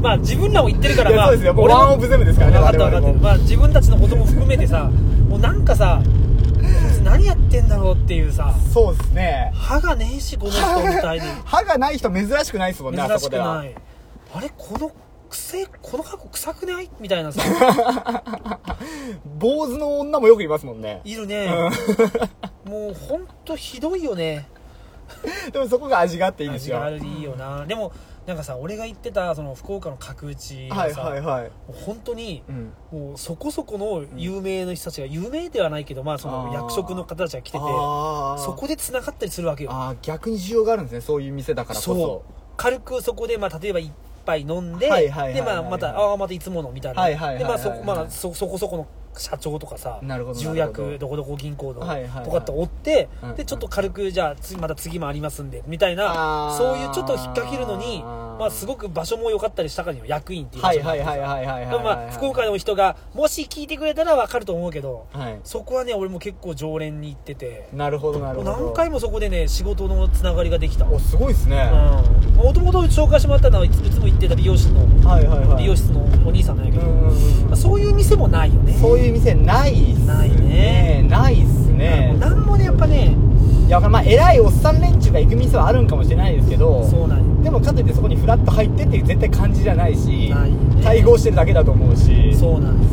Speaker 2: まあ自分らも言ってるから
Speaker 1: いや
Speaker 2: まあ
Speaker 1: そうですよもう
Speaker 2: 俺も
Speaker 1: ワンオブゼムですからね
Speaker 2: 分かった分か
Speaker 1: 我
Speaker 2: っ
Speaker 1: 々
Speaker 2: てる
Speaker 1: も
Speaker 2: まあ自分たちのことも含めてさもうなんかさこいつ何やってんだろうっていうさ
Speaker 1: そうですね
Speaker 2: 歯がねえしこの人みたいに
Speaker 1: 歯がない人珍しくないっすもんねあ
Speaker 2: 珍
Speaker 1: そ
Speaker 2: し
Speaker 1: こ
Speaker 2: く
Speaker 1: では
Speaker 2: ないあれこの癖この箱臭くないみたいなさ
Speaker 1: 坊主の女もよくいますもんね
Speaker 2: いるね、もうほんとひどいよね
Speaker 1: でもそこが味があっていいです
Speaker 2: 味
Speaker 1: よ
Speaker 2: があ
Speaker 1: はい
Speaker 2: るいいよなでもなんかさ俺が言ってたその福岡の角打ちはさ、
Speaker 1: はいはい
Speaker 2: もう本当に
Speaker 1: うん
Speaker 2: もうそこそこの有名の人たちが、有名ではないけどまあそ
Speaker 1: あ
Speaker 2: の
Speaker 1: ー
Speaker 2: 役職の方たちが来てて
Speaker 1: あー
Speaker 2: そこで繋がったりするわけよ
Speaker 1: あー逆に需要があるんですねそういう店だからこそ
Speaker 2: そう軽くそこで、まあ、例えば一杯飲んで、
Speaker 1: はいはいはいはい
Speaker 2: で、まあ、また、ああ、またいつものみたいな。
Speaker 1: はいはいはい
Speaker 2: で、まあ、そ
Speaker 1: はい
Speaker 2: こ、
Speaker 1: はいはい
Speaker 2: まあ、そ、そこそこの社長とかさ、
Speaker 1: なるほど
Speaker 2: 重
Speaker 1: なるほ
Speaker 2: 役、どこどこ銀行の、
Speaker 1: はいはいはい
Speaker 2: とかっておって
Speaker 1: うんうん、
Speaker 2: で、ちょっと軽く、じゃあ、次、また次もありますんで、みたい
Speaker 1: あ
Speaker 2: な
Speaker 1: ー、
Speaker 2: そういうちょっと引っ掛けるのに、まあ、すごく場所も良かったりしたからよ、役員っていう場
Speaker 1: は
Speaker 2: 所
Speaker 1: い
Speaker 2: が
Speaker 1: はいはいはいはいはいはい
Speaker 2: まあ、福岡の人が、もし聞いてくれたらわかると思うけど、
Speaker 1: はい
Speaker 2: そこはね、俺も結構常連に行ってて、
Speaker 1: なるほどなるほど
Speaker 2: 何回もそこでね、仕事のつながりができた。
Speaker 1: おすごいですね
Speaker 2: もともと紹介してもらったのはいついつも行ってた美容室の、
Speaker 1: はいはいはい
Speaker 2: 美容室のお兄さんなんやけ
Speaker 1: う
Speaker 2: ど、
Speaker 1: んうんう
Speaker 2: まあ
Speaker 1: ん
Speaker 2: そういう店もないよね
Speaker 1: そういう店ないっすね
Speaker 2: ないね
Speaker 1: ないっすね
Speaker 2: なんもねやっぱね
Speaker 1: いやまあ偉いおっさん連中が行く店はあるんかもしれないですけど
Speaker 2: そうなんよ
Speaker 1: でもかといってそこにフラッと入ってっていう絶対感じじゃないし
Speaker 2: ないよね
Speaker 1: 対合してるだけだと思うし
Speaker 2: そうなんよ
Speaker 1: う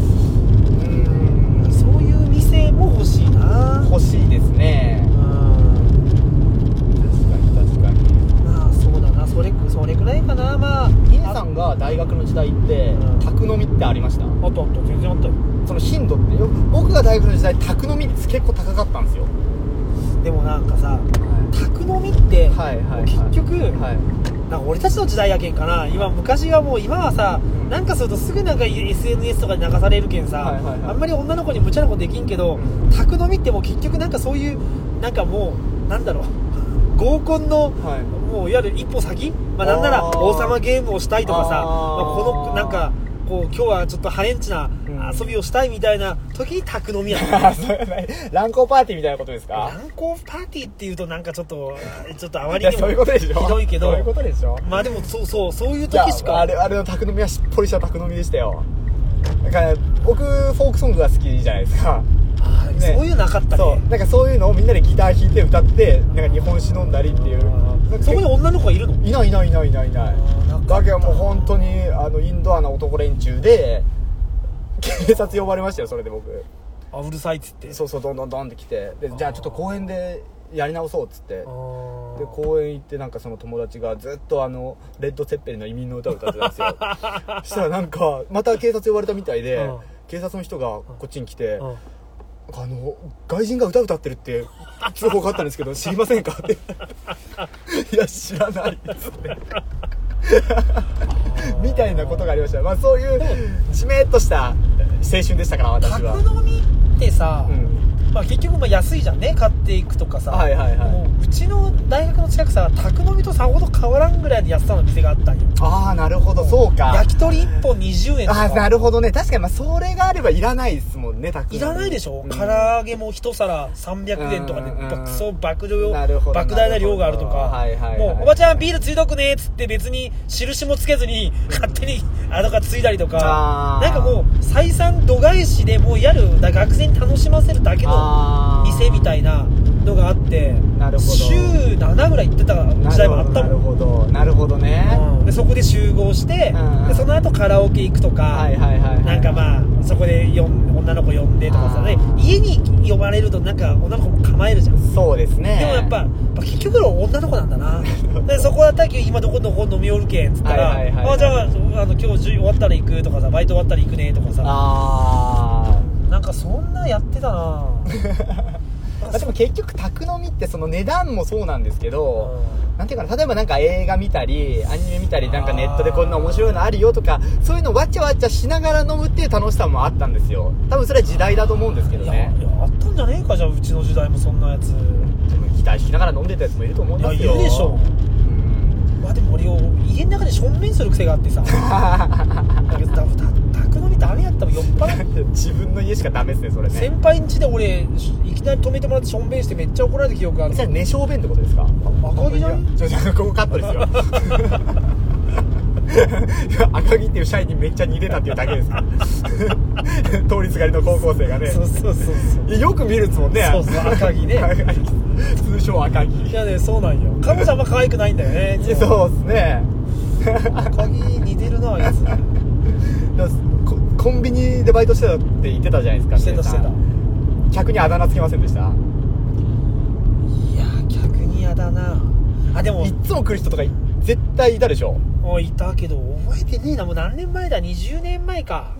Speaker 1: ん
Speaker 2: そういう店も欲しいな
Speaker 1: 欲しいですね
Speaker 2: うん
Speaker 1: 確かに確かに
Speaker 2: まあそうだなそれそれくらいかなまあ
Speaker 1: 皆さんが大学の時代って
Speaker 2: うん
Speaker 1: 宅飲みってありました
Speaker 2: あったあった全然あったよ
Speaker 1: その頻度ってよく僕が大学の時代宅飲み率結構高かったんですよ
Speaker 2: でもなんかさ
Speaker 1: は
Speaker 2: 宅飲みって、
Speaker 1: いはいはい
Speaker 2: もう結局、
Speaker 1: はい
Speaker 2: なんか俺たちの時代やけんかな今昔はもう今はさ
Speaker 1: うん
Speaker 2: なんかするとすぐなんか SNS とかで流されるけんさ、
Speaker 1: はいはいはい
Speaker 2: あんまり女の子に無茶なことできんけど、
Speaker 1: うん
Speaker 2: 宅飲みってもう結局なんかそういうなんかもうなんだろう合コンの
Speaker 1: はい
Speaker 2: もういわゆる一歩先、まあ、なんなら
Speaker 1: あー
Speaker 2: 王様ゲームをしたいとかさ
Speaker 1: あー
Speaker 2: まあこのなんかこう今日はちょっとハレンチな
Speaker 1: うん
Speaker 2: 遊びをしたいみたいな時に宅 飲みやね、
Speaker 1: あそうやない乱交パーティーみたいなことですか
Speaker 2: 乱交パーティーっていうとなんかちょっとちょっとあま
Speaker 1: い
Speaker 2: り
Speaker 1: や
Speaker 2: に
Speaker 1: そ
Speaker 2: も
Speaker 1: ういうことでしょ
Speaker 2: ひどいけど
Speaker 1: そういうことでしょ
Speaker 2: まあでもそうそうそういう
Speaker 1: いや
Speaker 2: 時しか
Speaker 1: あれあれの宅飲みはしっぽりした宅飲みでしたよだから僕フォークソングが好きじゃないですか
Speaker 2: あー
Speaker 1: ね
Speaker 2: そういうのなかった
Speaker 1: そう
Speaker 2: ね
Speaker 1: なんかそういうのをみんなでギター弾いて歌ってなんか日本酒飲んだりっていうなんか
Speaker 2: そこに女の子がいるの
Speaker 1: いないいないいないいないいない
Speaker 2: あー
Speaker 1: だけどもう本当にあのインドアな男連中で警察呼ばれましたよそれで僕
Speaker 2: あうるさいっつって
Speaker 1: そうそうどんどんどんって来てでじゃあちょっと公園でやり直そうっつって
Speaker 2: あ
Speaker 1: で公園行ってなんかその友達がずっとあのレッド・ツェッペリンの移民の歌を歌ってたんです よそしたらなんかまた警察呼ばれたみたいで、
Speaker 2: うん
Speaker 1: 警察の人がこっちに来て、
Speaker 2: うん
Speaker 1: あの外人が歌歌ってるって通報があったんですけど知りませんかって いや知らないっつってみたいなことがありました、まあ、そういうじめっとした青春でしたから私は、
Speaker 2: 宅飲みってさ、
Speaker 1: うん、
Speaker 2: まあ、結局まあ安いじゃんね買っていくとかさ、
Speaker 1: はいはいはい
Speaker 2: でもうちの大学の近くさ宅飲みとさほど変わらんぐらいで安さの店があったんよ
Speaker 1: ああなるほどそうか
Speaker 2: 焼き鳥1本20円と
Speaker 1: あー
Speaker 2: か
Speaker 1: なるほどね確かにまあそれがあればいらないですもんねたく
Speaker 2: いらないでしょ、
Speaker 1: うん
Speaker 2: 唐揚げも1皿300円とかで、
Speaker 1: うんうんうん
Speaker 2: ばそう爆量
Speaker 1: なるほど
Speaker 2: 莫大な量があるとか、
Speaker 1: なるほどはいはいはい
Speaker 2: もうおばちゃんビールついとくねっつって別に印もつけずに勝手にあとかついだりとか
Speaker 1: あー
Speaker 2: なんかもう採算度外視でもうやるだから学生に楽しませるだけの
Speaker 1: あー
Speaker 2: 店みたいなのがあって
Speaker 1: なるほど
Speaker 2: 週7ぐらい行ってた時代もあった
Speaker 1: なる
Speaker 2: も
Speaker 1: ほ
Speaker 2: ん
Speaker 1: どなるほどね、
Speaker 2: うんでそこで集合して、
Speaker 1: うんうん
Speaker 2: でその後カラオケ行くとか、
Speaker 1: はいはいはいはい
Speaker 2: なんかまあそこでよん女の子呼んでとか
Speaker 1: あ
Speaker 2: さ
Speaker 1: ー
Speaker 2: で家に呼ばれるとなんか女の子も構えるじゃんで
Speaker 1: そうですね
Speaker 2: もやっぱやっぱ結局は女の子なん だなでそこだったら今どこどこ飲み寄るけんっつったら、
Speaker 1: はいはいはいはい
Speaker 2: あじゃああの今日10終わったら行くとかさバイト終わったら行くねとかさ
Speaker 1: あ
Speaker 2: なんかそんなやっ てたな
Speaker 1: あでも結局宅飲みってその値段もそうなんですけど、なんていうかな例えばなんか映画見たりアニメ見たりなんかネットでこんな面白いのあるよとかそういうのわちゃわちゃしながら飲むっていう楽しさもあったんですよ多分それは時代だと思うんですけど
Speaker 2: いや
Speaker 1: ね
Speaker 2: いやあったんじゃねえかじゃあうちの時代もそんなやつ
Speaker 1: でも期待しながら飲んでたやつもいると思いますよ
Speaker 2: いやいるでしょ
Speaker 1: うん
Speaker 2: まあでも俺を家の中で正面する癖があっ てさだけどだだ宅飲みダメやったもん酔っ払っ
Speaker 1: 自分の家しかダメですねそれ
Speaker 2: て
Speaker 1: ね
Speaker 2: 先輩ん家で俺いきなり止めてもらって正面してめっちゃ怒られた記憶がある
Speaker 1: じゃあ寝小便ってことですか
Speaker 2: 赤城じゃん
Speaker 1: ちょちょここカットですよ 赤城っていう社員にめっちゃ似てたっていうだけですから 通りすがりの高校生がね
Speaker 2: そうそうそうそう
Speaker 1: いやよく見るっすもんね
Speaker 2: そうそう赤城ね
Speaker 1: 通称赤城
Speaker 2: いやねそうなんよ彼女あんま可愛くないんだよねいつも
Speaker 1: そうですね
Speaker 2: 赤城似てるなあいつ
Speaker 1: だココンビニでバイトしてたって言ってたじゃないですか
Speaker 2: してたしてた
Speaker 1: 皆さん客にあだ名つけませんでした
Speaker 2: いや逆に嫌だなあでも
Speaker 1: いっつも来る人とかい絶対いたでしょ
Speaker 2: あいたけど覚えてねえなもう何年前だ20年前か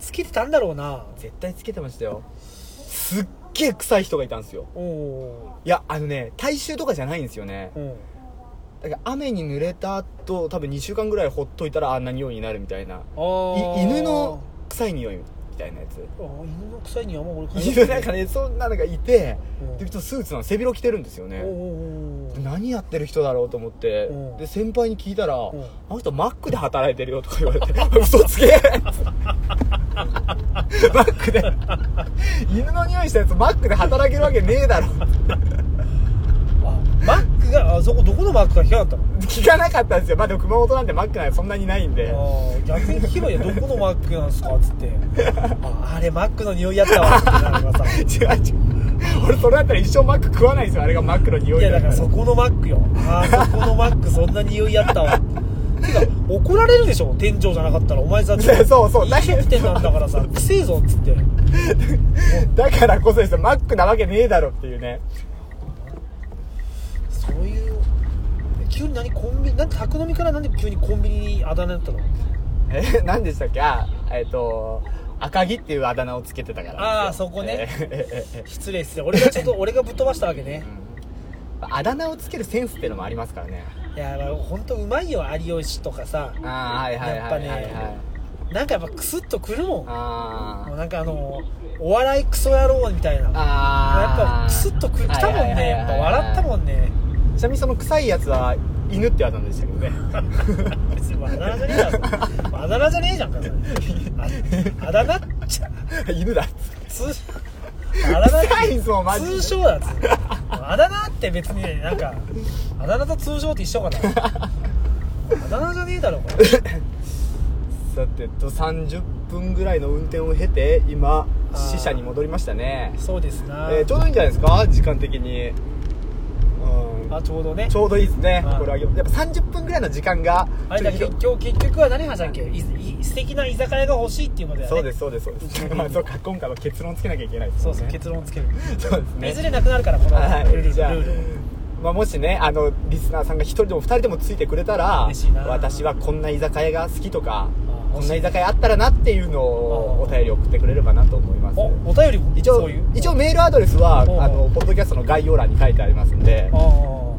Speaker 2: つけてたんだろうな
Speaker 1: 絶対つけてましたよすっげえ臭い人がいたんですよ
Speaker 2: おお
Speaker 1: いやあのね体臭とかじゃないんですよね
Speaker 2: ーうん
Speaker 1: だから雨に濡れた後多分2週間ぐらいほっといたらあんな匂いになるみたいない
Speaker 2: あー
Speaker 1: 犬の臭い匂いみたいなやつ
Speaker 2: あー犬の臭いにはあんま俺嗅い
Speaker 1: 犬な
Speaker 2: だこと
Speaker 1: んかねそんなのがいて
Speaker 2: うん
Speaker 1: でちょっとスーツなの背広着てるんですよ
Speaker 2: お
Speaker 1: ね
Speaker 2: ーおーおー
Speaker 1: 何やってる人だろうと思って
Speaker 2: うん
Speaker 1: で先輩に聞いたら「あ
Speaker 2: ん
Speaker 1: の人マックで働いてるよ」とか言われて 「嘘つけ!」マックで犬の匂いしたやつマックで働けるわけねえだろ
Speaker 2: あマックがあそこどこのマックが引かなかったの
Speaker 1: 聞かなかったんですよまあでも熊本なんてマックなんてそんなにないんで
Speaker 2: あー逆に聞けばいいよどこのマックなんすかっ つってああれマックの匂いやったわってなるからさ
Speaker 1: 違う違う俺それだったら一生マック食わないですよあれがマックの匂い
Speaker 2: いやだからそ
Speaker 1: そ
Speaker 2: このマックよああそこのマックそんな匂いやったわてか怒られるでしょ店長じゃなかったらお前さん
Speaker 1: いや そうそう
Speaker 2: 飲食店なんだか らさくせえぞっつって
Speaker 1: だからこそですよマックなわけねえだろっていうね
Speaker 2: そういう急に何コンビニなんで宅飲みからなんで急にコンビニにあだ名だったの
Speaker 1: え何でしたっけあえっ、と赤城っていうあだ名をつけてたからですよ
Speaker 2: あーそこね
Speaker 1: えーえーえ
Speaker 2: 失礼失礼俺がちょっと俺がぶっ飛ばしたわけね
Speaker 1: ーあだ名をつけるセンスってのもありますからね
Speaker 2: いや本当うまいよ有吉とかさ
Speaker 1: ああはいはいはいはいはい、
Speaker 2: やっぱねなんかやっぱクスッとくるもんも
Speaker 1: あ
Speaker 2: う
Speaker 1: ー
Speaker 2: なんかあのお笑いクソ野郎みたいなやっ
Speaker 1: あー
Speaker 2: ぱクスッとくるきたもんねやっぱ笑ったも
Speaker 1: ん
Speaker 2: んね
Speaker 1: ちなみにその臭いやつは犬ってあだ名でしたけどね
Speaker 2: 別にあだ名じゃねえだろあだ名じゃねえじゃんかそれああだ名っちゃ
Speaker 1: 犬だ
Speaker 2: 通あだ名
Speaker 1: 臭いんすもんマジで
Speaker 2: 通称だっつうあだ名って別にねなんかあだ名と通称って一緒かなあだ名じゃねえだろこれ
Speaker 1: さてと30分ぐらいの運転を経て今
Speaker 2: あー
Speaker 1: 死者に戻りましたね、
Speaker 2: そうですな、
Speaker 1: えーちょうどいいんじゃないですか時間的に、うん、
Speaker 2: あちょうどね
Speaker 1: ちょうどいいですね
Speaker 2: はい
Speaker 1: これはやっぱ30分ぐらいの時間が
Speaker 2: あれだ
Speaker 1: ちょ
Speaker 2: 結
Speaker 1: っと
Speaker 2: 局結局は何話したっけいい素敵な居酒屋が欲しいっていうことだよね
Speaker 1: そうですそうですそう です、まあ、そうか今回は結論つけなきゃいけないです
Speaker 2: そ
Speaker 1: も
Speaker 2: うんそう
Speaker 1: ね
Speaker 2: 結論つける、
Speaker 1: そうです
Speaker 2: いず
Speaker 1: ね
Speaker 2: れなくなるからこのルー
Speaker 1: は
Speaker 2: ル
Speaker 1: いじゃあ
Speaker 2: ルール
Speaker 1: まあ、もしねあのリスナーさんが1人でも2人でもついてくれたら
Speaker 2: 嬉しいな
Speaker 1: 私はこんな居酒屋が好きとか
Speaker 2: あー
Speaker 1: こんな居酒屋あったらなっていうのをお
Speaker 2: あー
Speaker 1: 便り送ってくれればなと思います
Speaker 2: おお便りも
Speaker 1: 一応
Speaker 2: そういう
Speaker 1: 一応メールアドレスはあ
Speaker 2: おう
Speaker 1: のポッドキャストの概要欄に書いてありますんで
Speaker 2: あ、あ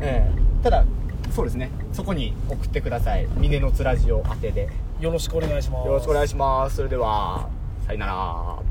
Speaker 1: ええただそうですねそこに送ってください峰のつラジオ宛てでよ
Speaker 2: よろしくお願いします
Speaker 1: ろしくお願いしますそれではさよなら